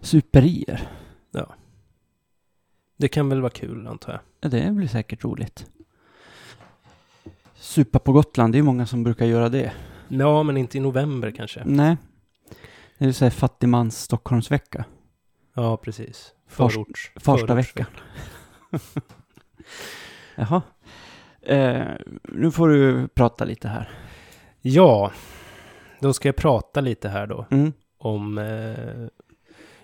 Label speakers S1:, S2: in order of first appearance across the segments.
S1: superier.
S2: Det kan väl vara kul antar jag.
S1: Ja, det blir säkert roligt. Supa på Gotland, det är ju många som brukar göra det.
S2: Ja, men inte i november kanske.
S1: Nej. Det är ju såhär fattigmans Stockholmsvecka.
S2: Ja, precis.
S1: Fars-
S2: Förorts.
S1: Första
S2: förortsvecka.
S1: veckan. Jaha. Eh, nu får du prata lite här.
S2: Ja, då ska jag prata lite här då
S1: Mm.
S2: om... Eh,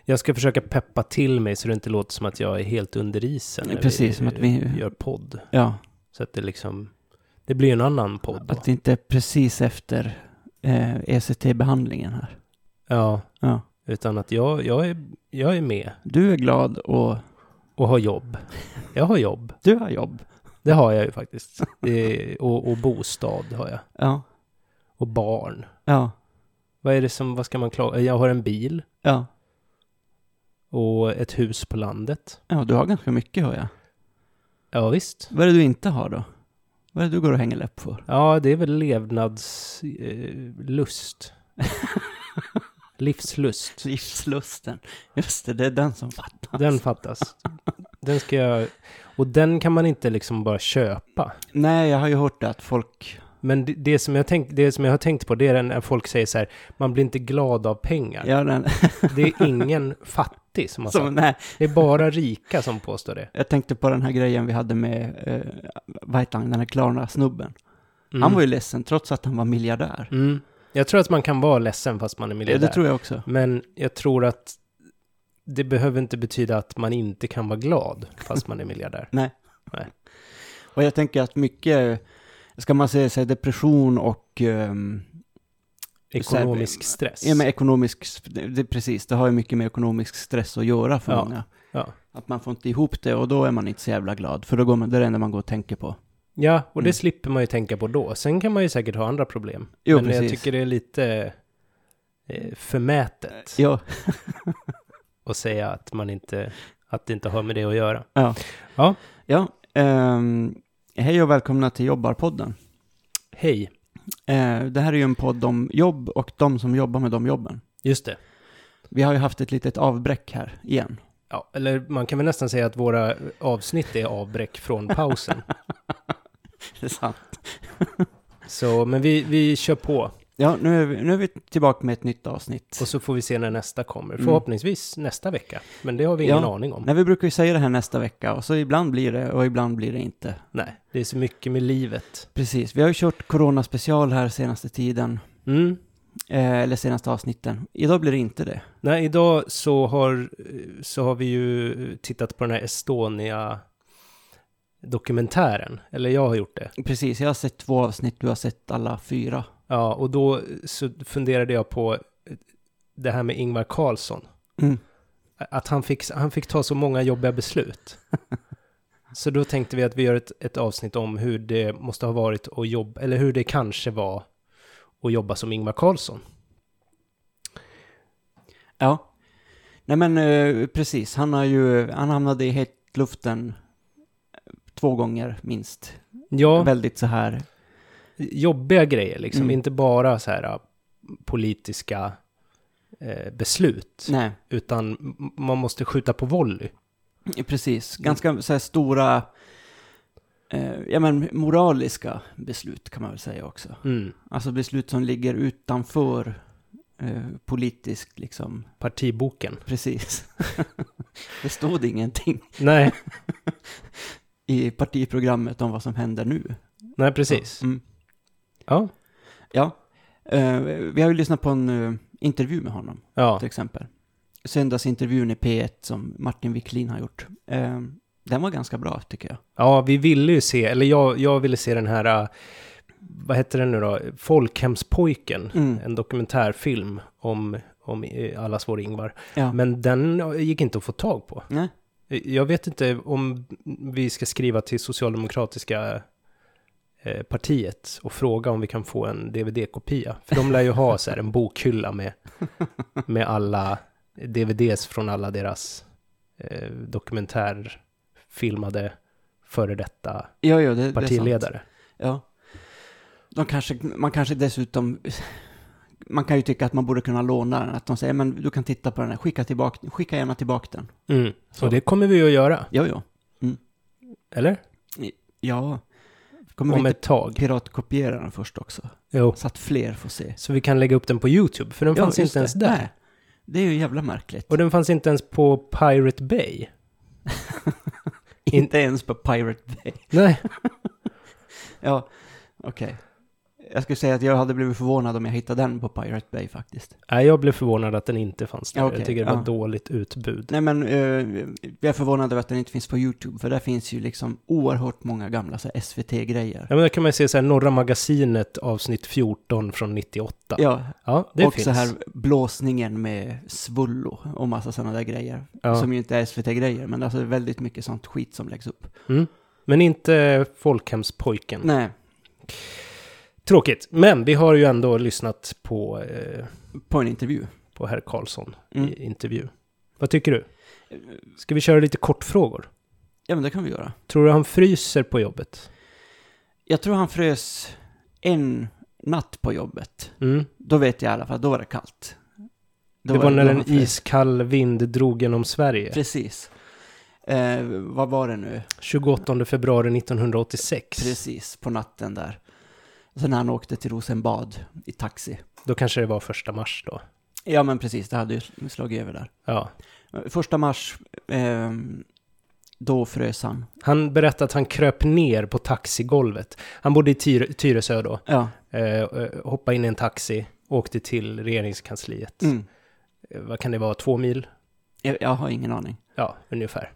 S2: jag ska försöka peppa till mig så det inte låter som att jag är helt under isen. när
S1: Precis,
S2: vi,
S1: som att vi-
S2: gör podd.
S1: Ja,
S2: Så att det liksom... Det blir en annan podd då.
S1: att det inte är precis efter eh, ECT-behandlingen här.
S2: Ja,
S1: Ja.
S2: utan att jag, jag, är, jag är med
S1: Du är glad och
S2: och har jobb. Jag har jobb.
S1: du har jobb.
S2: Det har jag ju faktiskt. Det är, och, och bostad har jag.
S1: Ja,
S2: Och barn.
S1: ja,
S2: Vad är det som... Vad ska man klaga? Jag har en bil
S1: ja.
S2: och ett hus på landet.
S1: Ja, du har ganska mycket hör jag.
S2: Ja, visst.
S1: Vad är det du inte har då? Vad är det du går och hänger läpp för?
S2: Ja, det är väl levnadslust. Eh, lust. Livslust.
S1: Livslusten. Just det, det är den som fattas.
S2: Den fattas. Den ska jag... Och den kan man inte liksom bara köpa.
S1: Nej, jag har ju hört det att folk...
S2: Men det, det, som, jag tänk, det som jag har tänkt på, det är när folk säger så här, man blir inte glad av pengar.
S1: Ja, den,
S2: Det är ingen fattig som har
S1: som,
S2: sagt.
S1: nej,
S2: Det är bara rika som påstår det.
S1: jag tänkte på den här grejen vi hade med, eh, vad heter han, den här Klarna-snubben.
S2: Mm.
S1: Han var ju ledsen trots att han var miljardär.
S2: mm. Jag tror att man kan vara ledsen fast man är
S1: Ja,
S2: miljardär.
S1: det tror jag också.
S2: Men jag tror att det behöver inte betyda att man inte kan vara glad fast man är miljardär.
S1: Och jag tänker att mycket, ska man säga så här, depression och ehm,
S2: Ekonomisk stress.
S1: ja, men ekonomisk, det, det- precis, det har ju mycket med ekonomisk stress att göra för
S2: Ja.
S1: många.
S2: Ja.
S1: Att man får inte ihop det och då är man inte så jävla glad, för då går man, det är det enda man går och tänker på.
S2: Ja, och det
S1: Mm.
S2: slipper man ju tänka på då. Sen kan man ju säkert ha andra problem.
S1: Jo,
S2: men jag
S1: precis.
S2: tycker det är lite eh, förmätet
S1: Ja,
S2: att säga att man inte, att det inte har med det att göra.
S1: ja ehm, hej och välkomna till Jobbarpodden.
S2: Hej,
S1: Eh, det här är ju en podd om jobb och de som jobbar med de jobben.
S2: just det.
S1: Vi har ju haft ett litet avbräck här igen.
S2: Ja, eller man kan väl nästan säga att våra avsnitt är avbräck från pausen.
S1: Det är sant.
S2: Så, men vi, vi kör på
S1: Ja, nu är, vi, nu är vi tillbaka med ett nytt avsnitt.
S2: och så får vi se när nästa kommer.
S1: Mm.
S2: Förhoppningsvis nästa vecka, men det har vi ingen
S1: Ja.
S2: aning om.
S1: Nej, vi brukar ju säga det här nästa vecka och så ibland blir det och ibland blir det inte.
S2: Nej, det är så mycket med livet.
S1: Precis, vi har ju kört coronaspecial här senaste tiden,
S2: Mm.
S1: eh, eller senaste avsnitten. Idag blir det inte det.
S2: Nej, idag så har, så har vi ju tittat på den här Estonia-dokumentären. Eller jag har gjort det.
S1: Precis, jag har sett två avsnitt, du har sett alla fyra.
S2: Ja, och då så funderade jag på det här med Ingvar Carlsson.
S1: Mm.
S2: Att han fick, han fick ta så många jobbiga beslut. Så då tänkte vi att vi gör ett, ett avsnitt om hur det måste ha varit att jobba, eller hur det kanske var att jobba som Ingvar Carlsson.
S1: Ja. Nej men eh, precis, han har ju, han hamnade i hetluften två gånger minst.
S2: Ja,
S1: Väldigt så här,
S2: jobbiga grejer liksom,
S1: Mm.
S2: inte bara så här äh, politiska eh, beslut,
S1: nej,
S2: utan m- man måste skjuta på volley.
S1: precis.
S2: Mm.
S1: Ganska så här stora, eh, ja men moraliska beslut kan man väl säga också.
S2: Mm.
S1: Alltså beslut som ligger utanför eh, politiskt liksom,
S2: Partiboken.
S1: precis. det stod ingenting
S2: Nej,
S1: i partiprogrammet om vad som händer nu.
S2: nej precis.
S1: Mm.
S2: Ja,
S1: Ja, Eh, vi har ju lyssnat på en eh, intervju med honom.
S2: ja.
S1: till exempel. Söndagsintervjun i P1 som Martin Wiklin har gjort. Eh, den var ganska bra tycker jag.
S2: ja vi ville ju se, eller jag, jag ville se den här, äh, vad heter den nu då, Folkhemspojken,
S1: Mm.
S2: en dokumentärfilm om, om eh, allas vår Ingvar.
S1: Ja.
S2: Men den eh, gick inte att få tag på.
S1: Nej.
S2: Eh, Jag vet inte om vi ska skriva till Socialdemokratiska eh, partiet och fråga om vi kan få en DVD-kopia. För de lär ju ha så här en bokhylla med, med alla DVDs från alla deras eh, dokumentärfilmade före detta
S1: Ja, ja, det, det är sant.
S2: partiledare.
S1: Ja. De kanske, man kanske dessutom man kan ju tycka att man borde kunna låna den. Att de säger, men du kan titta på den här, skicka, tillbaka, skicka gärna tillbaka den.
S2: Mm. Så det kommer vi ju att göra,
S1: Jo, jo.
S2: eller?
S1: Ja. Kommer
S2: Om
S1: vi inte
S2: ett tag.
S1: piratkopiera den först också?
S2: Jo.
S1: Så att fler får se.
S2: Så vi kan lägga upp den på YouTube, för den
S1: Ja,
S2: fanns
S1: just
S2: inte ens
S1: det.
S2: där.
S1: Nej. Det är ju jävla märkligt.
S2: Och den fanns inte ens på Pirate Bay.
S1: Inte ens på Pirate Bay.
S2: Nej.
S1: Ja, okej. Jag skulle säga att jag hade blivit förvånad om jag hittade den på Pirate Bay faktiskt.
S2: Nej, jag blev förvånad att den inte fanns där.
S1: Ja, okej,
S2: jag tycker det var
S1: ja.
S2: dåligt utbud.
S1: Nej men, eh, jag är förvånad över att den inte finns på YouTube, för där finns ju liksom oerhört många gamla så här SVT-grejer.
S2: Ja, men där kan man ju se så här, Norra Magasinet avsnitt 14 från 98. Ja,
S1: Ja,
S2: det
S1: och
S2: finns.
S1: så här blåsningen med svullo och massa sådana där grejer.
S2: ja.
S1: Som ju inte är SVT-grejer, men alltså väldigt mycket sånt skit som läggs upp.
S2: mm. Men inte Folkhemspojken.
S1: Nej,
S2: Tråkigt, men vi har ju ändå lyssnat på, eh,
S1: på en intervju.
S2: på herr Karlsson
S1: Mm.
S2: i intervju. Vad tycker du? Ska vi köra lite kortfrågor?
S1: Ja men det kan vi göra.
S2: Tror du han fryser på jobbet?
S1: Jag tror han frös en natt på jobbet.
S2: Mm.
S1: Då vet jag i alla fall, då var det kallt. Då
S2: Det var
S1: det-
S2: när
S1: då
S2: en
S1: han frös.
S2: iskall vind drog genom Sverige.
S1: Precis. Eh, vad var det nu?
S2: 28 februari 1986.
S1: Precis, på natten där. Sen när han åkte till Rosenbad i taxi.
S2: Då kanske det var första mars då.
S1: Ja men precis, det hade ju slagit över där.
S2: Ja.
S1: Eh, Första mars, eh, då frös han.
S2: Han berättade att han kröp ner på taxigolvet. Han bodde i Tyre- Tyresö då.
S1: Ja,
S2: Eh, eh, hoppade in i en taxi, åkte till regeringskansliet.
S1: mm.
S2: Eh, vad kan det vara, två mil?
S1: jag, jag har ingen aning.
S2: Ja, ungefär.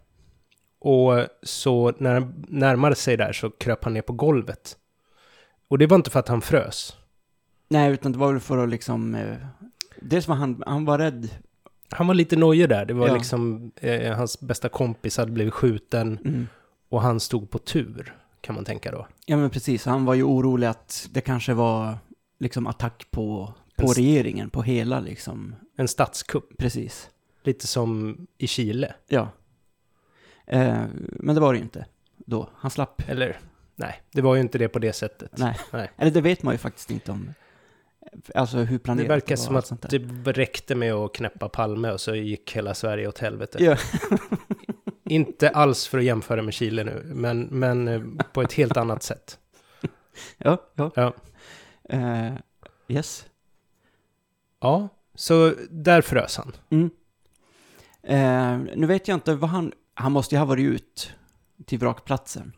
S2: Och så när han närmade sig där så kröp han ner på golvet. Och det var inte för att han frös.
S1: Nej, utan det var väl för att liksom... Eh, dels var han, han var rädd.
S2: Han var lite nojig där. Det var
S1: Ja.
S2: liksom, eh, hans bästa kompis hade blivit skjuten
S1: Mm.
S2: och han stod på tur, kan man tänka då.
S1: Ja men precis, han var ju orolig att det kanske var liksom attack på, på
S2: En s-
S1: regeringen, på hela liksom.
S2: En statskupp,
S1: Precis.
S2: lite som i Chile.
S1: Ja. Eh, men det var det ju inte då. Han slapp.
S2: Eller, nej, det var ju inte det på det sättet.
S1: Nej.
S2: Nej.
S1: Eller det vet man ju faktiskt inte om. Alltså hur planerat
S2: Det verkar
S1: var,
S2: som
S1: allt
S2: att typ
S1: sånt där.
S2: det räckte med att knäppa Palme och så gick hela Sverige åt helvete.
S1: Ja.
S2: Inte alls för att jämföra med Chile nu, men, men eh, på ett helt annat sätt.
S1: Ja, ja.
S2: Ja.
S1: Eh, yes.
S2: Ja, så där frös han.
S1: Mm. Eh, nu vet jag inte vad han... Han måste ju ha varit ut till vrakplatsen.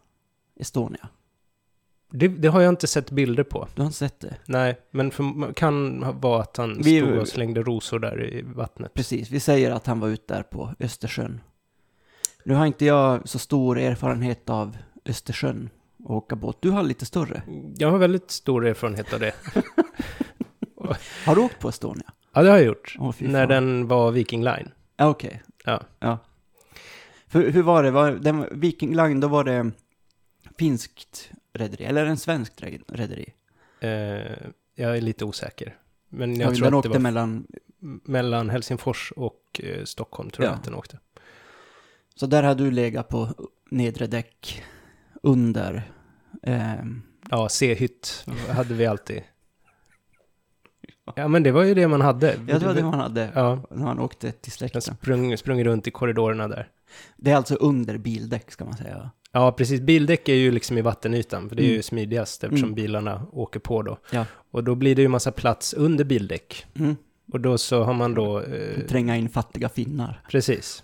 S1: Estonia.
S2: Det, det har jag inte sett bilder på.
S1: Du har inte sett det?
S2: Nej, men för, kan ha- vara att han
S1: Vi-
S2: stod och slängde rosor där i vattnet.
S1: Precis, vi säger att han var ute där på Östersjön. Nu har inte jag så stor erfarenhet av Östersjön och åka båt. Du har lite större.
S2: Jag har väldigt stor erfarenhet av det.
S1: Har du åkt på Estonia?
S2: Ja, det har jag gjort.
S1: Åh, fy
S2: När
S1: fan.
S2: den var Viking Line.
S1: Ja, okej.
S2: Ja.
S1: ja. Hur, hur var det? Var, den, Viking Line, då var det finskt rederi, eller en svenskt re- rederi?
S2: Eh, jag är lite osäker. Men jag
S1: Ja,
S2: tror
S1: den
S2: att det
S1: åkte
S2: var f-
S1: mellan...
S2: mellan Helsingfors och eh, Stockholm, tror jag
S1: Ja.
S2: att den åkte.
S1: Så där har du legat på nedre däck, under... ehm,
S2: Ja, C-hytt hade vi alltid. Ja, men det var ju det man hade.
S1: jag tror det var han hade
S2: Ja,
S1: när han åkte till
S2: jag
S1: släkten.
S2: sprung, sprung runt i korridorerna där.
S1: Det är alltså under bildäck, ska man säga.
S2: Ja, precis. Bildäck är ju liksom i vattenytan, för det är ju
S1: Mm.
S2: smidigast eftersom
S1: Mm.
S2: bilarna åker på då.
S1: Ja.
S2: Och då blir det ju massa plats under bildäck.
S1: Mm.
S2: Och då så har man då... Eh,
S1: Tränga in fattiga finnar.
S2: precis.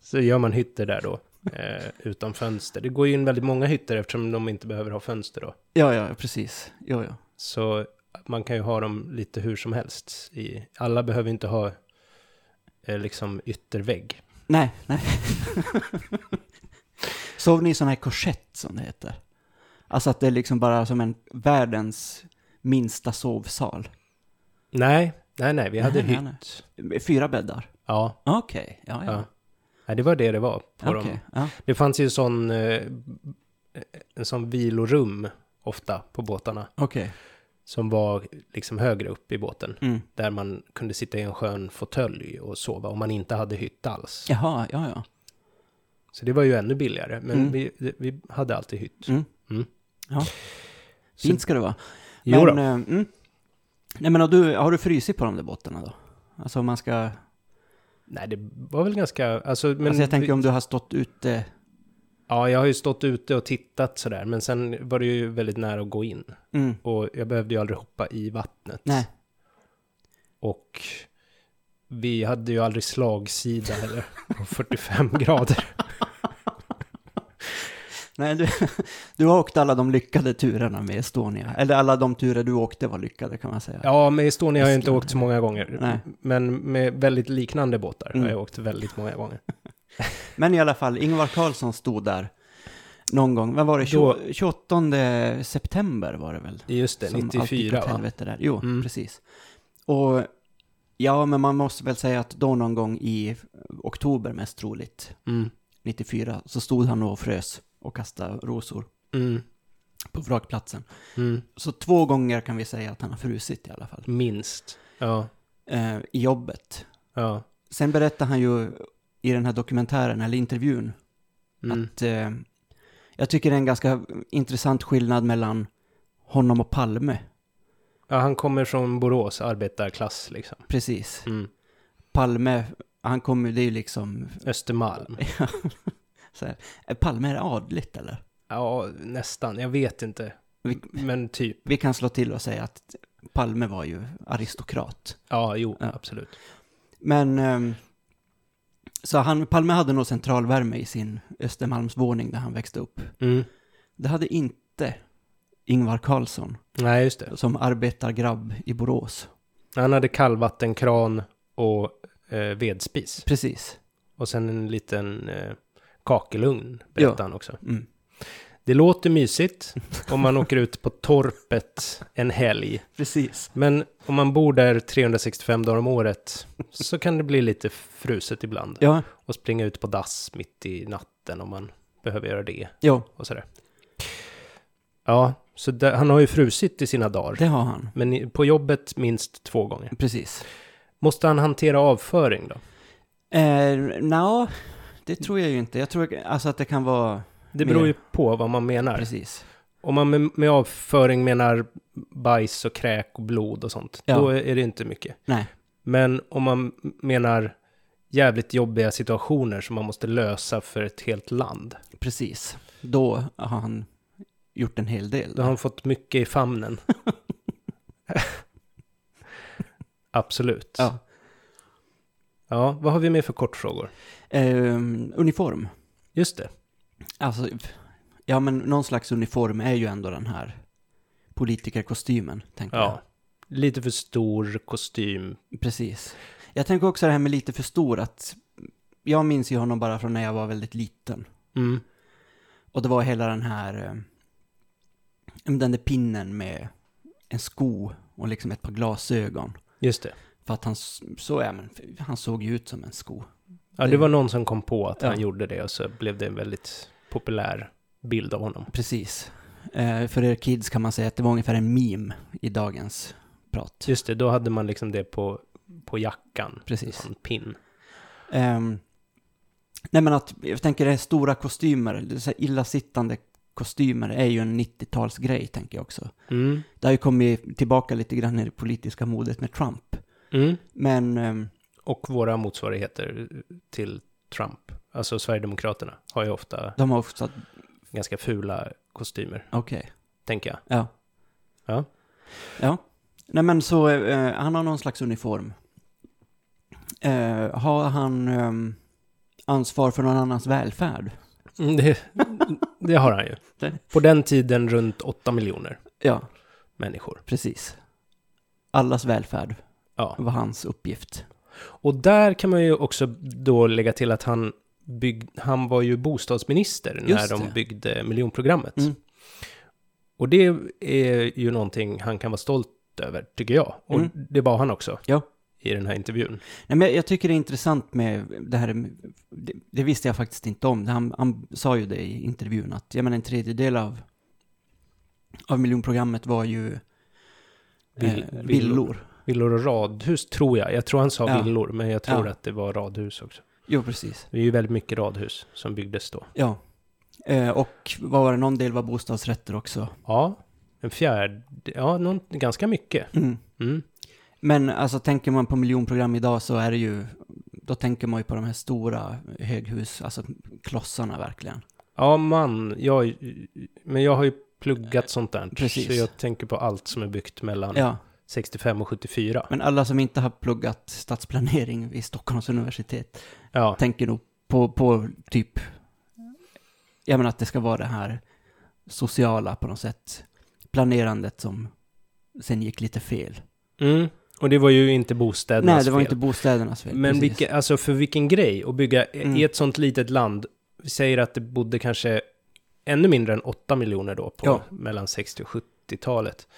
S2: så gör man hytter där då, eh, utan fönster. Det går ju in väldigt många hytter eftersom de inte behöver ha fönster då.
S1: Ja, ja, precis. Ja, ja.
S2: Så man kan ju ha dem lite hur som helst. I, alla behöver inte ha eh, liksom yttervägg.
S1: Nej, nej. Sov ni i sån här korsett som det heter? Alltså att det är liksom bara som en världens minsta sovsal.
S2: Nej, nej, nej, vi hade
S1: Nej, nej,
S2: hytt.
S1: nej. Fyra bäddar?
S2: Ja,
S1: Okej, ja,
S2: ja.
S1: ja.
S2: Nej, det var det det var på
S1: Okej,
S2: dem.
S1: ja.
S2: Det fanns ju sån, eh, en sån vilorum ofta på båtarna
S1: Okej.
S2: som var liksom högre upp i båten.
S1: Mm.
S2: Där man kunde sitta i en skön fåtölj och sova om man inte hade hytt alls.
S1: Jaha, ja, ja.
S2: Så det var ju ännu billigare, men
S1: Mm.
S2: vi, vi hade alltid hytt.
S1: Mm.
S2: Mm.
S1: Ja.
S2: Så-
S1: Fint ska det vara.
S2: Jo då.
S1: eh, mm, Nej men har du, har du frysit på de där båtarna då? Alltså om man ska...
S2: Nej, det var väl ganska... Alltså, men
S1: alltså jag
S2: vi-
S1: tänker om du har stått ute...
S2: Ja, jag har ju stått ute och tittat sådär, men sen var det ju väldigt nära att gå in.
S1: Mm.
S2: Och jag behövde ju aldrig hoppa i vattnet.
S1: Nej.
S2: Och vi hade ju aldrig slagsida heller, på 45 grader.
S1: Nej, du, du har åkt alla de lyckade turerna med Estonia. Eller alla de turer du åkte var lyckade kan man säga.
S2: Ja, med Estonia har jag inte
S1: Estland.
S2: åkt så många gånger.
S1: Nej.
S2: Men med väldigt liknande båtar har
S1: Mm.
S2: jag åkt väldigt många gånger.
S1: Men i alla fall, Ingvar Carlsson stod där någon gång. Vad var det?
S2: Då-
S1: 20, 28 september var det väl?
S2: Just det,
S1: Som alltid gick
S2: 94
S1: åt
S2: va?
S1: helvete där. Jo,
S2: Mm.
S1: precis. Och ja, men man måste väl säga att då någon gång i oktober mest troligt,
S2: Mm.
S1: 94, så stod han och frös och kastade rosor
S2: Mm.
S1: på vrakplatsen.
S2: Mm.
S1: Så två gånger kan vi säga att han har frusit i alla fall,
S2: Minst. Ja,
S1: eh, i jobbet.
S2: ja.
S1: Sen berättar han ju i den här dokumentären, eller intervjun,
S2: Mm.
S1: att eh, jag tycker det är en ganska intressant skillnad mellan honom och Palme.
S2: ja. Han kommer från Borås, arbetarklass liksom.
S1: Precis.
S2: Mm.
S1: Palme, han kommer ju, det är ju liksom...
S2: Östermalm.
S1: så här, är Palme är det adligt eller?
S2: Ja, nästan. Jag vet inte.
S1: Vi,
S2: Men typ.
S1: vi kan slå till och säga att Palme var ju aristokrat.
S2: Ja, jo,
S1: Ja.
S2: absolut.
S1: Men... ehm, så han, Palme hade nog centralvärme i sin Östermalmsvåning där han växte upp.
S2: Mm.
S1: Det hade inte Ingvar Carlsson,
S2: Nej, just det.
S1: som arbetargrabb i Borås.
S2: Han hade kallvattenkran och eh, vedspis.
S1: Precis.
S2: Och sen en liten eh, kakelugn, berättade
S1: Ja.
S2: han också.
S1: Mm.
S2: Det låter mysigt om man åker ut på torpet en helg.
S1: Precis.
S2: Men om man bor där 365 dagar om året så kan det bli lite fruset ibland.
S1: Ja,
S2: Och springa ut på dass mitt i natten om man behöver göra det
S1: ja,
S2: och sådär. Ja, så där, han har ju frusit i sina dagar.
S1: det har han.
S2: Men i- på jobbet minst två gånger.
S1: Precis.
S2: Måste han hantera avföring då?
S1: Eh, Nja, det tror jag ju inte. Jag tror alltså att det kan vara...
S2: Det beror
S1: Mer.
S2: ju på vad man menar.
S1: Precis.
S2: Om man med, med avföring menar bajs och kräk och blod och sånt,
S1: Ja.
S2: då är det inte mycket.
S1: Nej.
S2: Men om man menar jävligt jobbiga situationer som man måste lösa för ett helt land,
S1: Precis. Då har han gjort en hel del.
S2: då har han fått mycket i famnen. Absolut.
S1: Ja.
S2: Ja, vad har vi med för kortfrågor?
S1: Eh, uniform.
S2: Just det.
S1: Alltså, f- ja men någon slags uniform är ju ändå den här politikerkostymen, tänker
S2: Ja. Lite för stor kostym.
S1: jag. Precis. Jag tänker också det här med lite för stor, att jag minns ju honom bara från när jag var väldigt liten.
S2: Mm.
S1: Och det var hela den här, eh, men den där pinnen med en sko och liksom ett par glasögon.
S2: Just det.
S1: För att han, s- så är man, han såg ju ut som en sko.
S2: Ja, det
S1: Det-
S2: var någon som kom på att han
S1: Ja.
S2: gjorde det och så blev det en väldigt populär bild av honom.
S1: Precis. Eh, för er kids kan man säga att det var ungefär en meme i dagens prat.
S2: Just det, då hade man liksom det på, på jackan.
S1: Precis.
S2: Som pin.
S1: Ehm, nej men att, jag tänker det här stora kostymer, det är så här illasittande kostymer är ju en 90-talsgrej tänker jag också.
S2: Mm.
S1: Det har ju kommit tillbaka lite grann i det politiska modet med Trump.
S2: Mm.
S1: Men ehm,
S2: Och våra motsvarigheter till Trump, alltså Sverigedemokraterna, har ju ofta
S1: de har ofta,
S2: ganska fula kostymer,
S1: okej.
S2: tänker jag.
S1: Ja.
S2: Ja.
S1: Ja. Nej men så, eh, han har någon slags uniform. Eh, har han ehm, ansvar för någon annans välfärd?
S2: Mm, det, det har han ju.
S1: Det-
S2: På den tiden runt 8 miljoner
S1: Ja,
S2: människor.
S1: precis. Allas välfärd
S2: Ja.
S1: var hans uppgift.
S2: Och där kan man ju också då lägga till att han, bygg, han var ju bostadsminister
S1: Just
S2: när de
S1: det.
S2: byggde miljonprogrammet.
S1: Mm.
S2: Och det är ju någonting han kan vara stolt över, tycker jag. Och
S1: Mm.
S2: det var han också
S1: Ja.
S2: i den här intervjun.
S1: Nej, men jag, jag tycker det är intressant med det här, det, det visste jag faktiskt inte om. Han, han sa ju det i intervjun att, jag menar en tredjedel av, av miljonprogrammet var ju eh,
S2: Vill-
S1: villor.
S2: Villor och radhus tror jag. Jag tror han sa
S1: Ja.
S2: villor, men jag tror
S1: Ja.
S2: att det var radhus också.
S1: Jo, precis.
S2: Det är ju väldigt mycket radhus som byggdes då.
S1: Ja. Eh, och vad var det, någon del var bostadsrätter också.
S2: Ja, en fjärde, ja, någon, ganska mycket.
S1: Mm.
S2: Mm.
S1: Men alltså tänker man på miljonprogram idag så är det ju, då tänker man ju på de här stora höghus, alltså klossarna verkligen.
S2: Ja, man. Jag, men jag har ju pluggat sånt där.
S1: Precis.
S2: Så jag tänker på allt som är byggt mellan
S1: Ja,
S2: 65 och 74.
S1: men alla som inte har pluggat stadsplanering vid Stockholms universitet
S2: Ja,
S1: tänker nog på, på typ, jag menar att det ska vara det här sociala på något sätt, planerandet som sen gick lite fel.
S2: mm. och det var ju inte bostädernas
S1: Nej, det var
S2: fel.
S1: inte bostädernas fel.
S2: Men
S1: precis.
S2: vilka, alltså för vilken grej att bygga
S1: Mm.
S2: i ett sånt litet land. Vi säger att det bodde kanske ännu mindre än 8 miljoner då på
S1: Ja.
S2: mellan 60 och 70-talet.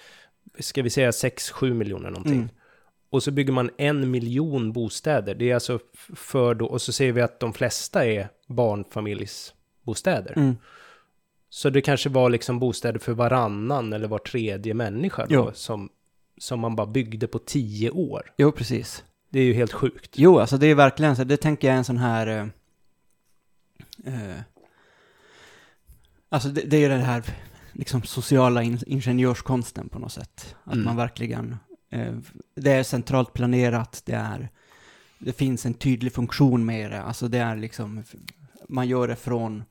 S2: Ska vi säga 6-7 miljoner någonting.
S1: Mm.
S2: Och så bygger man en miljon bostäder. Det är alltså f- för då, och så säger vi att de flesta är barnfamiljsbostäder.
S1: Mm.
S2: Så det kanske var liksom bostäder för varannan eller var tredje människa då,
S1: Ja.
S2: som, som man bara byggde på 10 år.
S1: Jo, precis.
S2: Det är ju helt sjukt.
S1: Jo, alltså det är verkligen så. Det tänker jag är en sån här... Eh, eh, alltså det, det är den här liksom sociala in, ingenjörskonsten på något sätt. Att
S2: Mm.
S1: man verkligen... Eh, det är centralt planerat, det är... Det finns en tydlig funktion med det. Alltså det är liksom... Man gör det från,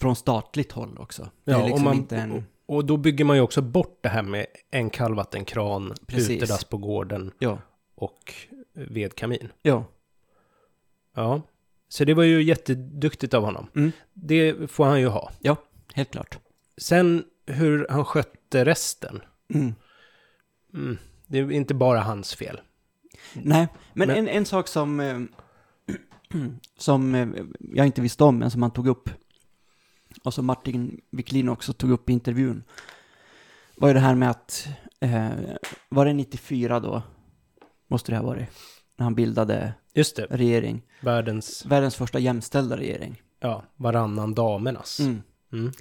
S1: från statligt håll också. Det
S2: Ja,
S1: är
S2: och
S1: liksom
S2: man-
S1: inte en...
S2: Och då bygger man ju också bort det här med en kallvattenkran,
S1: Precis.
S2: utedass på gården
S1: Ja,
S2: och vedkamin.
S1: ja.
S2: Ja, så det var ju jätteduktigt av honom.
S1: Mm,
S2: Det får han ju ha.
S1: helt klart.
S2: Sen hur han skötte resten.
S1: Mm.
S2: Mm. Det är inte bara hans fel.
S1: Nej, men,
S2: Men-
S1: En, en sak som, eh, som eh, jag inte visste om, men som han tog upp, och som Martin Wiklin också tog upp i intervjun, var ju det här med att, eh, var det 94 då, måste det ha varit, när han bildade
S2: Just det,
S1: regering,
S2: världens,
S1: världens första jämställda regering.
S2: ja, varannan damernas.
S1: Mm.
S2: Mm.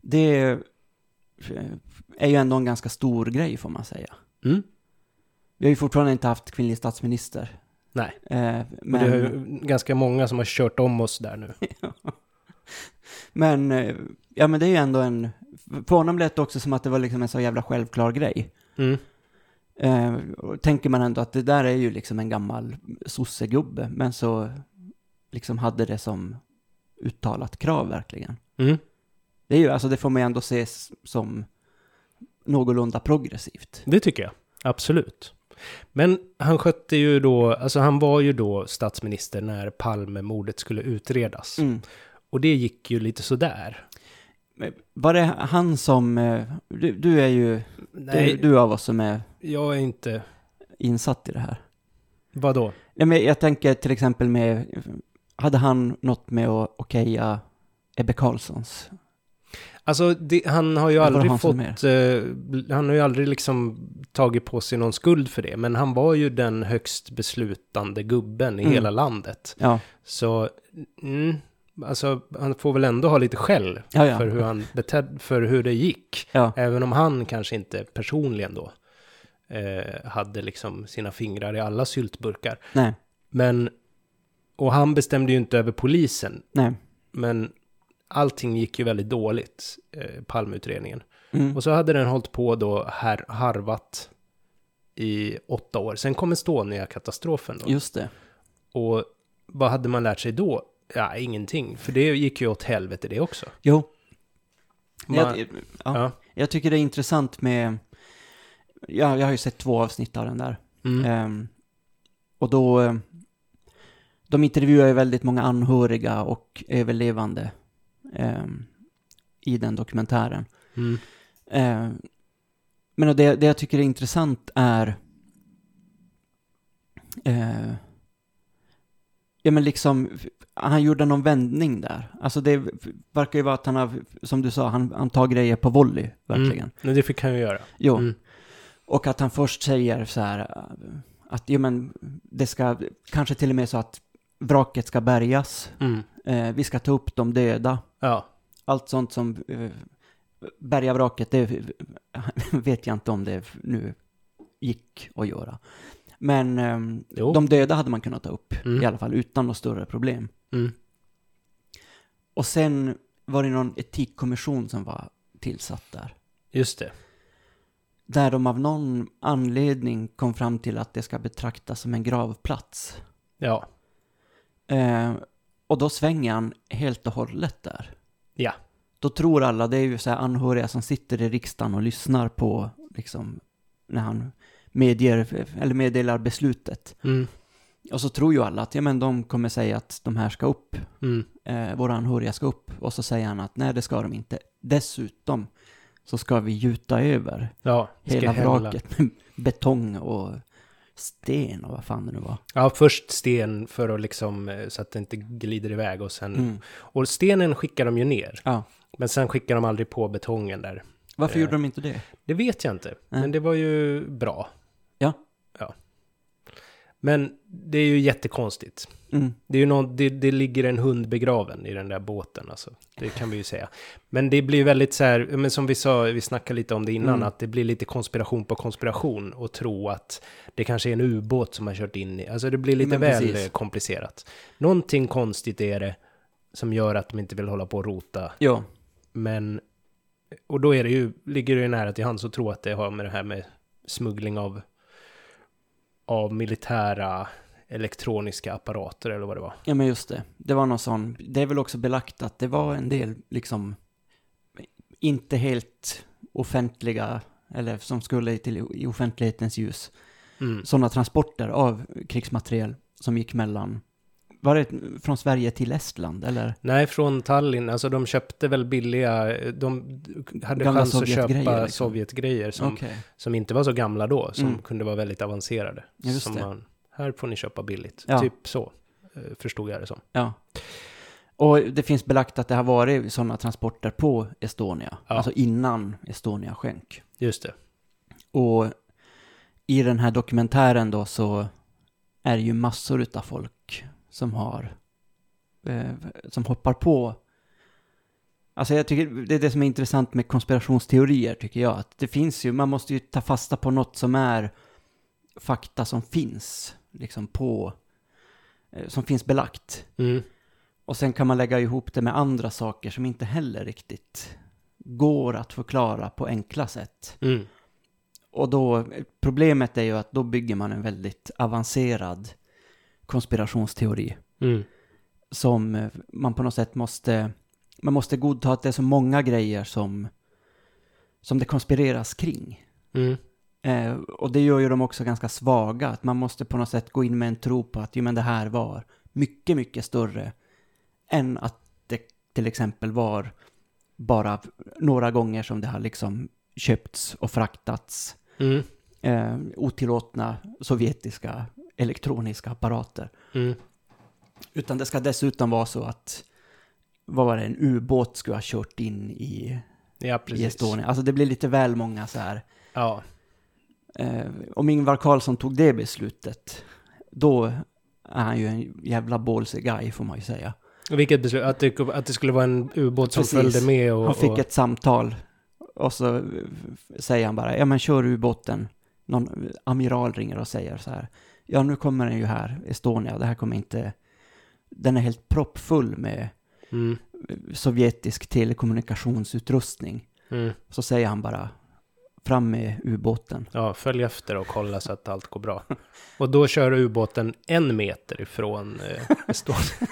S1: Det eh, är ju ändå en ganska stor grej får man säga.
S2: Mm.
S1: Vi har ju fortfarande inte haft kvinnlig statsminister.
S2: Nej,
S1: Eh,
S2: men...
S1: men...
S2: det är ju ganska många som har kört om oss där nu.
S1: Men, eh, ja men det är ju ändå en, för honom lät det också som att det var liksom en så jävla självklar grej.
S2: Mm.
S1: Eh, och tänker man ändå att det där är ju liksom en gammal sossegubbe, men så liksom hade det som uttalat krav verkligen.
S2: Mm.
S1: Det är ju, alltså det får man ju ändå se s- som någorlunda progressivt.
S2: Det tycker jag, absolut. Men han skötte ju då, alltså han var ju då statsminister när Palmemordet skulle utredas.
S1: Mm.
S2: Och det gick ju lite sådär.
S1: Men Var det han som, eh, du, du är ju,
S2: Nej,
S1: du, du av oss som är
S2: jag är inte...
S1: insatt i det här.
S2: Vadå?
S1: Nej, men jag tänker till exempel med, hade han något med att okeja Ebbe Carlssons?
S2: Alltså, det, han har ju
S1: Vad var
S2: aldrig
S1: han som
S2: fått... Eh, han har ju aldrig liksom tagit på sig någon skuld för det. Men han var ju den högst beslutande gubben i
S1: Mm.
S2: hela landet.
S1: Ja,
S2: Så, mm, alltså, han får väl ändå ha lite skäll
S1: ja, ja.
S2: för hur han betedd, för hur det gick.
S1: Ja.
S2: Även om han kanske inte personligen då eh, hade liksom sina fingrar i alla syltburkar.
S1: Nej,
S2: Men, och han bestämde ju inte över polisen,
S1: nej.
S2: men allting gick ju väldigt dåligt, eh, Palmeutredningen.
S1: Mm.
S2: Och så hade den hållit på då här, harvat i åtta år. Sen kom Estonia-katastrofen då.
S1: Just det.
S2: Och vad hade man lärt sig då? Ja, ingenting, för det gick ju åt helvete det också.
S1: Jo.
S2: Man,
S1: jag, ja.
S2: ja.
S1: jag tycker det är intressant med, ja, jag har ju sett två avsnitt av den där.
S2: Mm.
S1: Ehm, och då, eh, de intervjuar ju väldigt många anhöriga och överlevande ehm, i den dokumentären.
S2: Mm.
S1: Eh, men det, det jag tycker är intressant är... Eh, ja, men liksom... Han gjorde någon vändning där. Alltså det verkar ju vara att han har, som du sa, han, han tar grejer på volley, verkligen.
S2: Mm. Men det fick han ju göra.
S1: Jo.
S2: Mm.
S1: Och att han först säger så här eh, att, ja men, det ska, kanske till och med så att vraket ska bärgas,
S2: Mm.
S1: eh, vi ska ta upp de döda,
S2: Ja.
S1: allt sånt som eh, bärgavraket, det vet jag inte om det nu gick att göra. Men ehm,
S2: Jo.
S1: de döda hade man kunnat ta upp
S2: Mm.
S1: i alla fall utan något större problem.
S2: Mm.
S1: Och sen var det någon etikkommission som var tillsatt där.
S2: Just det.
S1: Där de av någon anledning kom fram till att det ska betraktas som en gravplats.
S2: Ja,
S1: Eh, och då svänger han helt och hållet där.
S2: Ja.
S1: Då tror alla, det är ju så här anhöriga som sitter i riksdagen och lyssnar på, liksom, när han medger, eller meddelar beslutet.
S2: mm.
S1: Och så tror ju alla att, ja men de kommer säga att de här ska upp,
S2: Mm.
S1: eh, våra anhöriga ska upp. Och så säger han att nej, det ska de inte. Dessutom så ska vi gjuta över
S2: ja. ska
S1: hela
S2: hälla.
S1: vraket med betong och sten och vad fan det nu var.
S2: Ja, först sten för att liksom, eh, så att det inte glider iväg och sen...
S1: Mm.
S2: Och stenen skickar de ju ner.
S1: Ja.
S2: Men sen skickar de aldrig på betongen där.
S1: Varför
S2: Eh.
S1: gjorde de inte det?
S2: Det vet jag inte,
S1: Nej.
S2: men det var ju bra.
S1: Ja.
S2: Ja. Men det är ju jättekonstigt.
S1: Mm.
S2: Det, är ju någon, det, det ligger en hund begraven i den där båten, alltså. Det kan vi ju säga. Men det blir väldigt så här, men som vi sa, vi snackade lite om det innan,
S1: Mm.
S2: att det blir lite konspiration på konspiration och tro att det kanske är en ubåt som har kört in i, alltså det blir lite
S1: Men
S2: väl
S1: precis.
S2: eh, komplicerat. Någonting konstigt är det som gör att de inte vill hålla på och rota,
S1: Ja.
S2: men, och då är det ju, ligger det ju nära till hands att tro att det har med det här med smuggling av, av militära elektroniska apparater eller vad det var.
S1: Ja men just det. Det var någon sån. Det är väl också belagt att det var en del liksom inte helt offentliga eller som skulle till i offentlighetens ljus.
S2: Mm.
S1: Sådana transporter av krigsmateriel som gick mellan. Var det från Sverige till Estland eller?
S2: Nej, från Tallinn. Alltså de köpte väl billiga, de hade
S1: Gamla
S2: chans att köpa
S1: Sovjetgrejer, liksom.
S2: Sovjetgrejer som,
S1: Okej.
S2: som inte var så gamla då, som
S1: Mm.
S2: kunde vara väldigt avancerade.
S1: Ja, just
S2: som
S1: det.
S2: man, här får ni köpa billigt.
S1: Ja.
S2: Typ så, eh, förstod jag det som.
S1: Ja. Och det finns belagt att det har varit sådana transporter på Estonia.
S2: Ja.
S1: Alltså innan Estonia sjönk.
S2: Just det.
S1: Och i den här dokumentären då så är det ju massor utav folk som har, eh, som hoppar på. Alltså jag tycker det är det som är intressant med konspirationsteorier tycker jag. Att det finns ju, man måste ju ta fasta på något som är fakta som finns, liksom på, eh, som finns belagt.
S2: Mm.
S1: Och sen kan man lägga ihop det med andra saker som inte heller riktigt går att förklara på enkla sätt.
S2: Mm.
S1: Och då, problemet är ju att då bygger man en väldigt avancerad konspirationsteori
S2: Mm.
S1: som eh, man på något sätt måste, man måste godta att det är så många grejer som, som det konspireras kring.
S2: Mm.
S1: Eh, och det gör ju dem också ganska svaga, att man måste på något sätt gå in med en tro på att ju men det här var mycket, mycket större än att det till exempel var bara några gånger som det har liksom köpts och fraktats
S2: Mm.
S1: eh, otillåtna sovjetiska elektroniska apparater.
S2: Mm.
S1: Utan det ska dessutom vara så att, vad var det, en ubåt skulle ha kört in i,
S2: Ja,
S1: i
S2: precis.
S1: Estonia. Alltså det blir lite väl många så här.
S2: Ja,
S1: Eh, om Ingvar Carlsson tog det beslutet, då är han ju en jävla ballsy-guy får man ju säga.
S2: vilket beslut, att det, att det skulle vara en ubåt som
S1: Precis.
S2: följde med och...
S1: Han fick
S2: och,
S1: ett samtal och så eh, säger han bara, ja men kör ubåten. Någon amiral ringer och säger så här, ja nu kommer den ju här, Estonia, det här kommer inte, den är helt proppfull med
S2: Mm.
S1: sovjetisk telekommunikationsutrustning.
S2: Mm.
S1: Så säger han bara, fram med ubåten.
S2: Ja, följ efter och kolla så att allt går bra. Och då kör ubåten en meter ifrån eh, Estonia.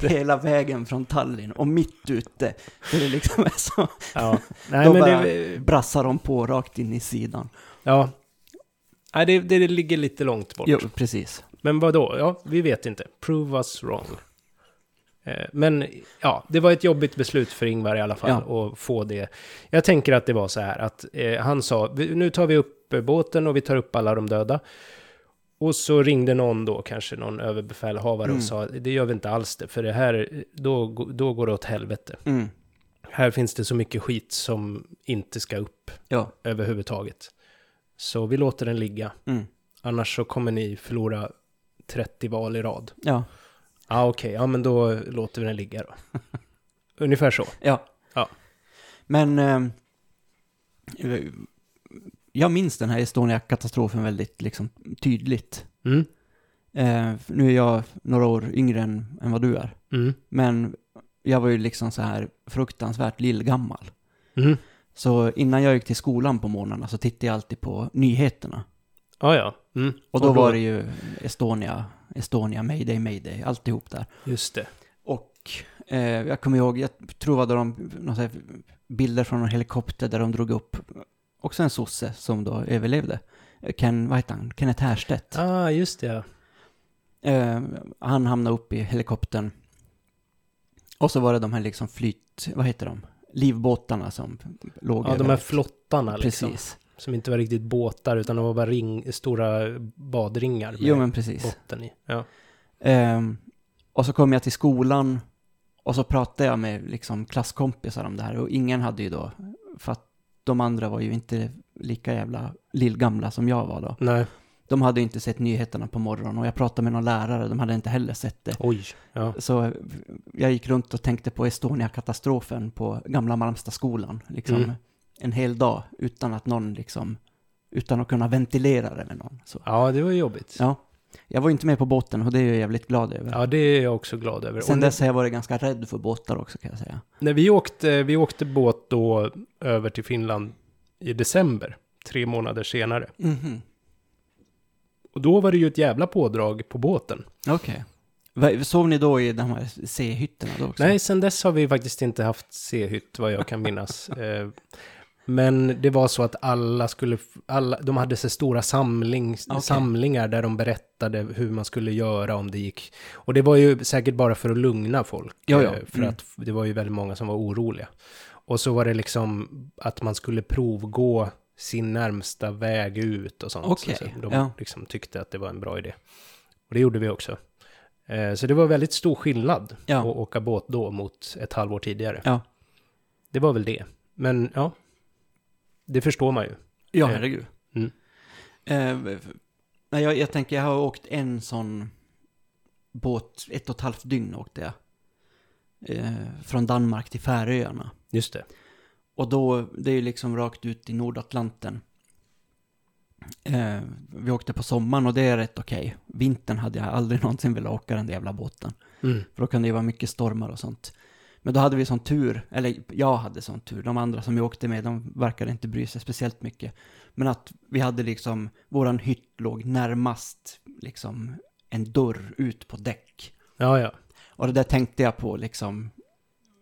S1: Hela vägen från Tallinn och mitt ute, där det liksom är så,
S2: Ja, nej
S1: Då
S2: men
S1: bara-
S2: det...
S1: brassar de på rakt in i sidan.
S2: Ja. Nej, det, det ligger lite långt bort.
S1: Jo, precis.
S2: Men vad då? Ja, vi vet inte. Prove us wrong. Eh, Men ja, det var ett jobbigt beslut för Ingvar i alla fall att få det. Jag tänker att det var så här att eh, han sa, "Vi- nu tar vi upp eh, båten och vi tar upp alla de döda. Och så ringde någon då, kanske någon överbefälhavare
S1: Mm.
S2: och sa, det gör vi inte alls det, för det här, då, då går det åt helvete.
S1: Mm.
S2: Här finns det så mycket skit som inte ska upp
S1: Ja.
S2: överhuvudtaget. Så vi låter den ligga.
S1: Mm.
S2: Annars så kommer ni förlora 30 val i rad.
S1: Ja.
S2: Ja, ah, okej. Ja, men då låter vi den ligga då. Ungefär så.
S1: Ja.
S2: Ja.
S1: Men eh, jag minns den här Estonia-katastrofen väldigt liksom, tydligt.
S2: Mm.
S1: Eh, nu är jag några år yngre än, än vad du är.
S2: Mm.
S1: Men jag var ju liksom så här fruktansvärt lillgammal.
S2: Mm.
S1: Så innan jag gick till skolan på morgnarna så tittade jag alltid på nyheterna.
S2: Ja, ja. Mm.
S1: Och då var det ju Estonia, Estonia, mayday, mayday, alltihop där.
S2: Just det.
S1: Och eh, jag kommer ihåg, jag tror det var de, någon sån här bilder från en helikopter där de drog upp också en sosse som då överlevde. Eh, Ken, vad heter han? Kenneth Härstedt.
S2: Ah, just det. ja.
S1: Eh, han hamnade upp i helikoptern. Och så var det de här liksom flyt, vad heter de? Livbåtarna som låg
S2: Ja, de här
S1: överallt.
S2: flottarna liksom.
S1: Precis.
S2: Som inte var riktigt båtar, utan de var bara ring, stora badringar med
S1: Jo, men precis.
S2: botten i. Ja.
S1: Ehm, och så kom jag till skolan och så pratade jag med liksom, klasskompisar om det här och ingen hade ju då, för att de andra var ju inte lika jävla lillgamla som jag var då.
S2: Nej,
S1: De hade ju inte sett nyheterna på morgonen och jag pratade med någon lärare, de hade inte heller sett det.
S2: oj. Ja.
S1: Så jag gick runt och tänkte på Estonia-katastrofen på gamla Malmstadsskolan, liksom
S2: Mm.
S1: en hel dag utan att någon liksom, utan att kunna ventilera det med någon. Så.
S2: ja, det var jobbigt.
S1: Ja. Jag var ju inte med på båten och det är jag jävligt glad över.
S2: Ja, det är jag också glad över.
S1: Sen
S2: Och nu-
S1: dess har jag varit ganska rädd för båtar också kan jag säga.
S2: När vi åkte, vi åkte båt då över till Finland i december, tre månader senare.
S1: Mhm.
S2: Och då var det ju ett jävla pådrag på båten.
S1: Okej. Va- Sov ni då i de här C-hytterna då också?
S2: Nej, sen dess har vi faktiskt inte haft C-hytt vad jag kan minnas. Eh, Men det var så att alla skulle, alla, de hade så stora samling,
S1: Okej.
S2: samlingar där de berättade hur man skulle göra om det gick. Och det var ju säkert bara för att lugna folk.
S1: Ja, ja.
S2: eh, För
S1: Mm.
S2: att det var ju väldigt många som var oroliga. Och så var det liksom att man skulle provgå sin närmsta väg ut och sånt.
S1: Okej,
S2: Så de
S1: ja.
S2: liksom tyckte att det var en bra idé. Och det gjorde vi också. Eh, Så det var väldigt stor skillnad
S1: Ja.
S2: att åka båt då mot ett halvår tidigare.
S1: Ja.
S2: Det var väl det. Men ja, det förstår man ju.
S1: Ja,
S2: Eh,
S1: herregud.
S2: mm.
S1: Eh, f- nej, jag, jag tänker, jag har åkt en sån båt, ett och ett halvt dygn åkte jag. Eh, från Danmark till Färöarna.
S2: Just det.
S1: Och då, det är ju liksom rakt ut i Nordatlanten. Eh, vi åkte på sommaren och det är rätt okej. Vintern hade jag aldrig någonsin velat åka den där jävla båten.
S2: Mm.
S1: För då kan det ju vara mycket stormar och sånt. Men då hade vi sån tur, eller jag hade sån tur, de andra som jag åkte med de verkade inte bry sig speciellt mycket. Men att vi hade liksom, våran hytt låg närmast liksom en dörr ut på däck.
S2: Ja, ja.
S1: Och det där tänkte jag på liksom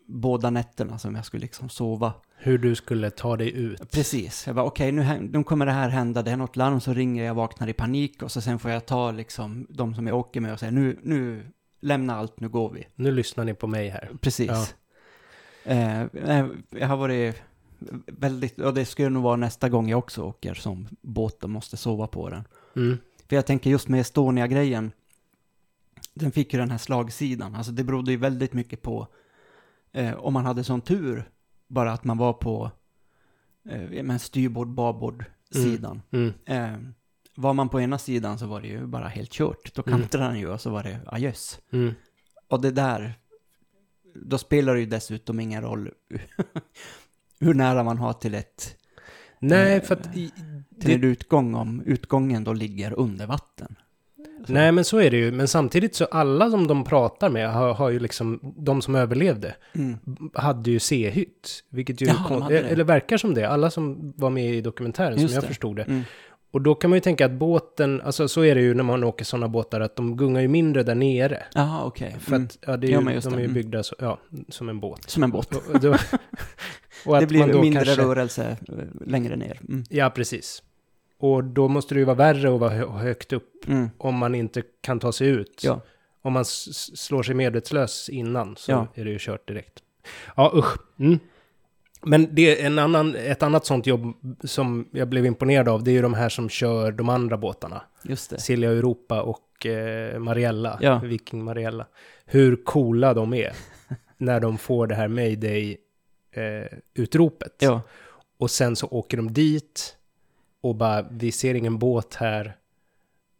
S1: båda nätterna som jag skulle liksom sova.
S2: Hur du skulle ta dig ut.
S1: Precis, jag bara okej nu, hän- nu kommer det här hända, det är något larm så ringer jag, vaknar i panik och så sen får jag ta liksom de som jag åker med och säga nu, nu lämna allt, nu går vi.
S2: Nu lyssnar ni på mig här.
S1: Precis. Eh, nej, jag har varit väldigt, och det skulle nog vara nästa gång jag också åker som båt och måste sova på den.
S2: Mm.
S1: För jag tänker just med Estonia-grejen, den fick ju den här slagsidan. Alltså det berodde ju väldigt mycket på eh, om man hade sån tur, bara att man var på eh, ja, men styrbord, babord sidan.
S2: Mm.
S1: Eh, var man på ena sidan så var det ju bara helt kört. Då
S2: Mm.
S1: kantrade den ju och så var det ajöss.
S2: Mm.
S1: Och det där, då spelar det ju dessutom ingen roll hur nära man har till, ett,
S2: Nej, för att... I,
S1: till en
S2: det,
S1: utgång om utgången då ligger under vatten. Så.
S2: nej, men så är det ju. Men samtidigt så alla som de pratar med har, har ju liksom... De som överlevde
S1: Mm.
S2: hade ju C-hytt. Vilket ju...
S1: Jaha, de hade det.
S2: eller verkar som det. Alla som var med i dokumentären,
S1: Just
S2: som jag
S1: det.
S2: förstod det.
S1: Mm.
S2: Och då kan man ju tänka att båten... Alltså så är det ju när man åker sådana båtar att de gungar ju mindre där nere.
S1: Jaha, okej.
S2: För
S1: Mm.
S2: att ja, det är ju,
S1: Ja, men just
S2: de
S1: det.
S2: är ju
S1: Mm.
S2: byggda så, ja, som en båt.
S1: Som en båt.
S2: Och, och då, och
S1: Det blir mindre
S2: kanske-
S1: rörelse eh, längre ner. Mm.
S2: Ja, precis. Och då måste det ju vara värre att vara hö- högt upp
S1: Mm.
S2: om man inte kan ta sig ut.
S1: Ja.
S2: Om man s- s- slår sig medvetslös innan så
S1: Ja.
S2: är det ju kört direkt. Ja, usch. Mm. Men det är en annan, ett annat sånt jobb som jag blev imponerad av, det är ju de här som kör de andra båtarna.
S1: Just det.
S2: Silja Europa och eh, Mariella,
S1: Ja.
S2: Viking Mariella. Hur coola de är när de får det här mayday-utropet.
S1: Ja.
S2: Och sen så åker de dit och bara, vi ser ingen båt här.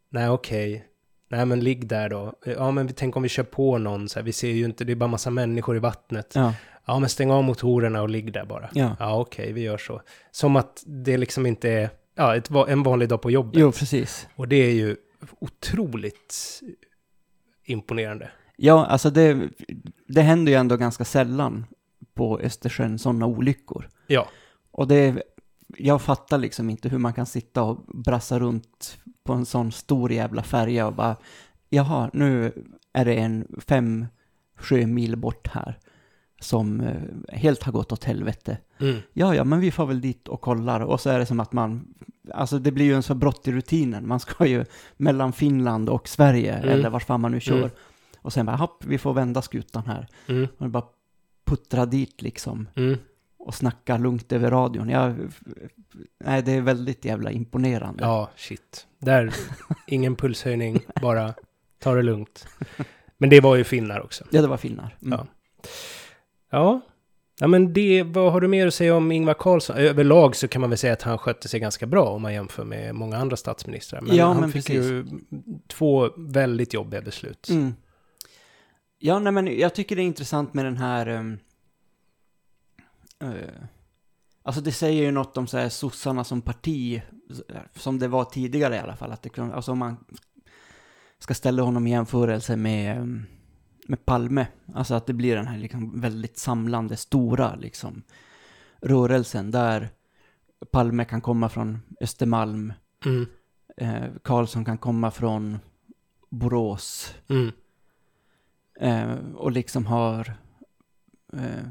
S2: Nej, okej. Nej, men ligg där då. Ja, men vi- tänk om vi kör på någon så här. Vi ser ju inte, det är bara massa människor i vattnet.
S1: Ja.
S2: Ja, men stäng av motorerna och ligg där bara.
S1: ja.
S2: Ja, okej, vi gör så. Som att det liksom inte är, ja, ett, va- en vanlig dag på jobbet.
S1: Jo, precis.
S2: Och det är ju otroligt imponerande.
S1: Ja, alltså det, det händer ju ändå ganska sällan på Östersjön sådana olyckor.
S2: Ja,
S1: Och det, jag fattar liksom inte hur man kan sitta och brassa runt på en sån stor jävla färja och bara, jaha, nu är det en fem sjömil bort här som eh, helt har gått åt helvete.
S2: Mm.
S1: Ja, ja, men vi får väl dit och kollar. Och så är det som att man, alltså det blir ju en så brott i rutinen. Man ska ju mellan Finland och Sverige,
S2: Mm.
S1: eller vart fan man nu kör.
S2: Mm.
S1: Och sen bara, hopp, vi får vända skutan här.
S2: Mm.
S1: Och bara puttra dit liksom
S2: Mm.
S1: och snacka lugnt över radion. Jag, nej, det är väldigt jävla imponerande.
S2: Ja, shit. Där, ingen pulshöjning, bara ta det lugnt. Men det var ju finnar också.
S1: Ja, det var finnar. Mm.
S2: Ja. Ja. Ja, men det, vad har du mer att säga om Ingvar Carlsson? Överlag så kan man väl säga att han skötte sig ganska bra om man jämför med många andra statsministrar. Men
S1: Ja,
S2: han
S1: men
S2: fick
S1: precis.
S2: ju två väldigt jobbiga beslut.
S1: Mm. Ja, nej, men jag tycker det är intressant med den här... ehm, eh, alltså det säger ju något om så här sossarna som parti, som det var tidigare i alla fall. Att det, kunde- alltså om man ska ställa honom i jämförelse med, ehm, med Palme. Alltså att det blir den här liksom väldigt samlande, stora liksom, rörelsen där Palme kan komma från Östermalm,
S2: Mm.
S1: eh, Karlsson kan komma från Borås.
S2: Mm.
S1: Eh, och liksom har eh,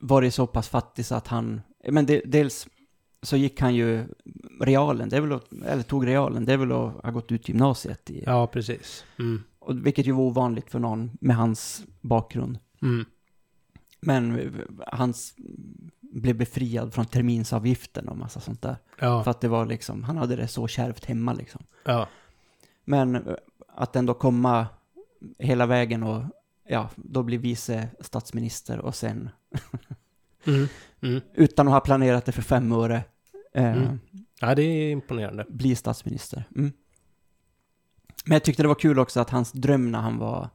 S1: varit så pass fattig så att han, men de, dels så gick han ju realen, det är väl att, eller tog realen, det är väl att ha gått ut gymnasiet i,
S2: Ja, precis. Mm.
S1: och, vilket ju var ovanligt för någon med hans bakgrund.
S2: Mm.
S1: Men eh, hans blev befriad från terminsavgiften och massa sånt där. För
S2: Ja,
S1: att det var liksom, han hade det så kärvt hemma liksom.
S2: ja.
S1: Men eh, att ändå komma hela vägen och ja, då bli vice statsminister och sen
S2: Mm. Mm.
S1: utan att ha planerat det för fem öre eh,
S2: Mm. ja, det är imponerande.
S1: bli statsminister. Mm. Men jag tyckte det var kul också att hans dröm när han var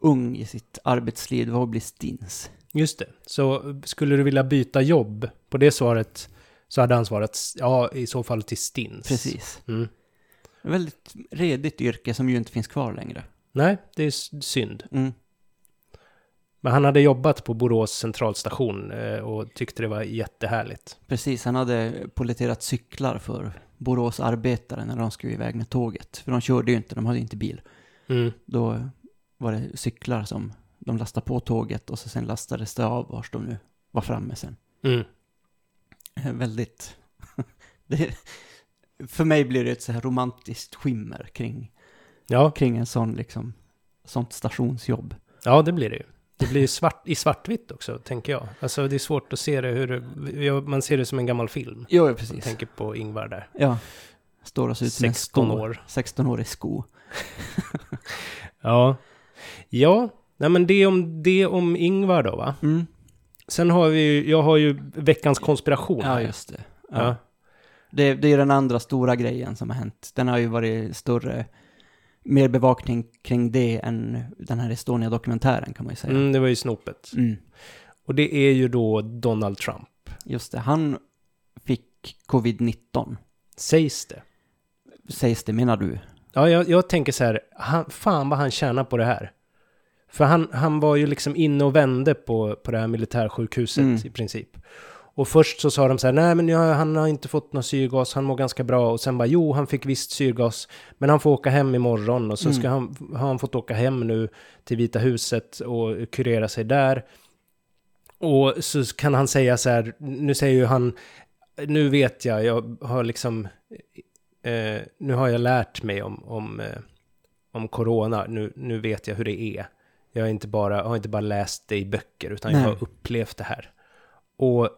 S1: ung i sitt arbetsliv var att bli stins.
S2: Just det. Så skulle du vilja byta jobb på det svaret så hade han svarat ja, i så fall till stins.
S1: Precis.
S2: Mm.
S1: Ett väldigt redigt yrke som ju inte finns kvar längre.
S2: Nej, det är s- synd.
S1: Mm.
S2: Men han hade jobbat på Borås centralstation eh, och tyckte det var jättehärligt.
S1: Precis, han hade polleterat cyklar för Borås arbetare när de skulle iväg med tåget. För de körde ju inte, de hade ju inte bil.
S2: Mm.
S1: Då var det cyklar som de lastade på tåget och så sen lastades det av vars de nu var framme sen.
S2: Mm.
S1: Eh, Väldigt... det, för mig blir det ett så här romantiskt skimmer kring,
S2: Ja,
S1: kring en sån liksom, sånt stationsjobb.
S2: ja, det blir det ju. Det blir ju svart, i svartvitt också, tänker jag. Alltså det är svårt att se det hur... det- ja, Man ser det som en gammal film.
S1: Jo,
S2: Jag
S1: precis.
S2: tänker på Ingvar där.
S1: Ja. Står oss ut som en
S2: 16
S1: sko.
S2: år.
S1: 16 år i sko.
S2: Ja. Ja, nej men det om, det om Ingvar då, va?
S1: Mm.
S2: Sen har vi ju... Jag har ju veckans konspiration.
S1: Ja,
S2: här.
S1: just det. Ja.
S2: Ja.
S1: Det, det är den andra stora grejen som har hänt. Den har ju varit större, mer bevakning kring det än den här Estonia-dokumentären kan man ju säga.
S2: Mm, det var ju snopet.
S1: Mm.
S2: Och det är ju då Donald Trump.
S1: Just det, han fick covid-19,
S2: Sägs det.
S1: sägs det menar du?
S2: Ja, jag, jag tänker så här, han, fan vad han tjänar på det här. För han, han var ju liksom inne och vände på, på det här militärsjukhuset
S1: Mm.
S2: i princip. Och först så sa de så här, nej men jag, han har inte fått någon syrgas, han mår ganska bra. Och sen bara, jo han fick visst syrgas, men han får åka hem imorgon. Och så ska han, har han fått åka hem nu till Vita huset och kurera sig där. Och så kan han säga så här, nu säger ju han, nu vet jag, jag har liksom, eh, nu har jag lärt mig om, om, eh, om corona, nu, nu vet jag hur det är. Jag har inte bara, har inte bara läst det i böcker, utan jag
S1: Nej.
S2: har upplevt det här. Och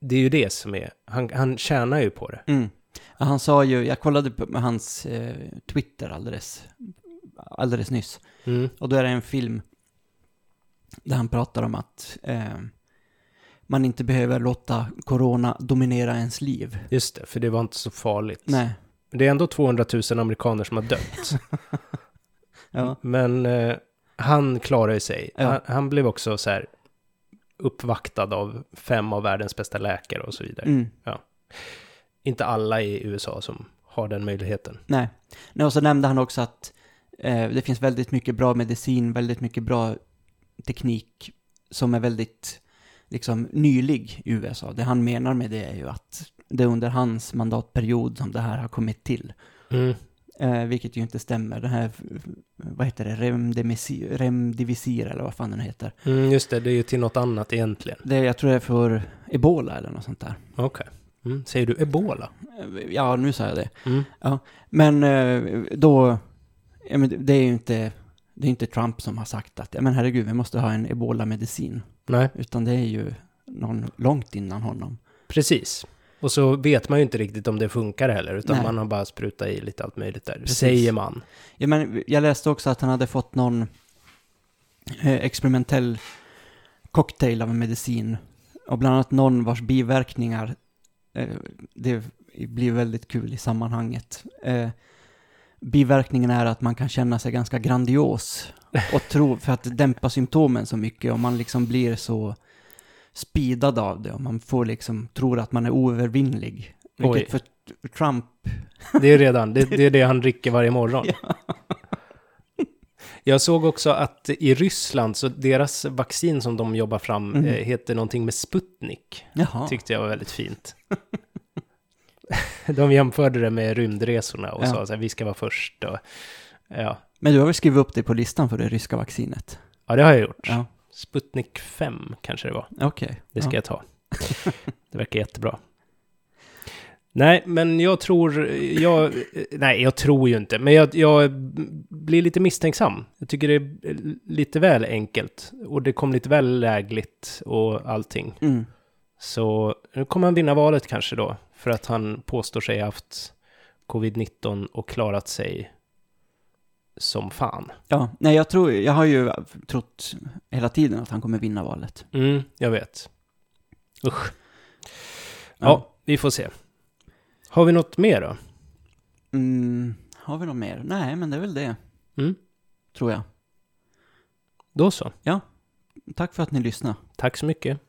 S2: det är ju det som är, han, han tjänar ju på det.
S1: Mm. Ja, Han sa ju, jag kollade på hans eh, Twitter alldeles, alldeles nyss.
S2: Mm,
S1: Och då är det en film där han pratar om att eh, man inte behöver låta corona dominera ens liv.
S2: just det, för det var inte så farligt.
S1: Nej.
S2: Men Det är ändå 200 000 amerikaner som har dött.
S1: Ja.
S2: Men eh, han klarade sig.
S1: Ja.
S2: Han, han blev också så här uppvaktad av fem av världens bästa läkare och så vidare.
S1: Mm.
S2: Inte alla i USA som har den möjligheten.
S1: Nej. Nej, och så nämnde han också att eh, det finns väldigt mycket bra medicin, väldigt mycket bra teknik som är väldigt liksom nylig i USA. Det han menar med det är ju att det är under hans mandatperiod som det här har kommit till.
S2: Mm.
S1: Eh, vilket ju inte stämmer. Den här, vad heter det, Remdemisi- remdivisir eller vad fan den heter.
S2: Mm, just det, det är ju till något annat egentligen.
S1: Det, jag tror det är för ebola eller något sånt där.
S2: Okej. Mm. Säger du ebola?
S1: Eh, Ja, nu sa jag det.
S2: Mm.
S1: Men eh, då, ja, men det- det är ju inte, det är inte Trump som har sagt att, ja men herregud, vi måste ha en ebola-medicin.
S2: Nej,
S1: Utan det är ju någon långt innan honom.
S2: precis. Och så vet man ju inte riktigt om det funkar heller, utan
S1: Nej.
S2: man har bara sprutat i lite allt möjligt där.
S1: Precis.
S2: Säger man.
S1: Ja, men jag läste också att han hade fått någon eh, experimentell cocktail av en medicin. Och bland annat någon vars biverkningar, eh, det blir väldigt kul i sammanhanget. Eh, biverkningen är att man kan känna sig ganska grandios och tro, för att dämpa symptomen så mycket och man liksom blir så speedad av det och man får liksom, tror att man är oövervinnlig. Vilket för Trump
S2: Det är redan, det, det är det han dricker varje morgon. Jag såg också att i Ryssland, så deras vaccin som de jobbar fram
S1: Mhm.
S2: eh, heter någonting med Sputnik.
S1: Jaha.
S2: Tyckte jag var väldigt fint. de jämförde det med rymdresorna och
S1: Ja.
S2: sa så här, vi ska vara först. Och, ja.
S1: Men du har väl skrivit upp dig på listan för det ryska vaccinet?
S2: ja, det har jag gjort.
S1: Ja,
S2: Sputnik 5 kanske det var.
S1: okej.
S2: Det ska
S1: ja.
S2: jag ta. Det verkar jättebra. Nej, men jag tror... Jag, nej, jag tror ju inte. Men jag, jag blir lite misstänksam. Jag tycker det är lite väl enkelt. Och det kom lite väl lägligt och allting.
S1: Mm.
S2: Så nu kommer han vinna valet kanske då. För att han påstår sig ha haft covid-19 och klarat sig som fan.
S1: Ja, nej jag tror, jag har ju trott hela tiden att han kommer vinna valet.
S2: Mm, jag vet. Mm. Usch. Ja,
S1: Ja.
S2: vi får se. Har vi något mer då?
S1: Mm, har vi något mer? Nej, men det är väl det.
S2: Mm.
S1: Tror jag.
S2: Då så.
S1: Tack för att ni lyssnade.
S2: Tack så mycket.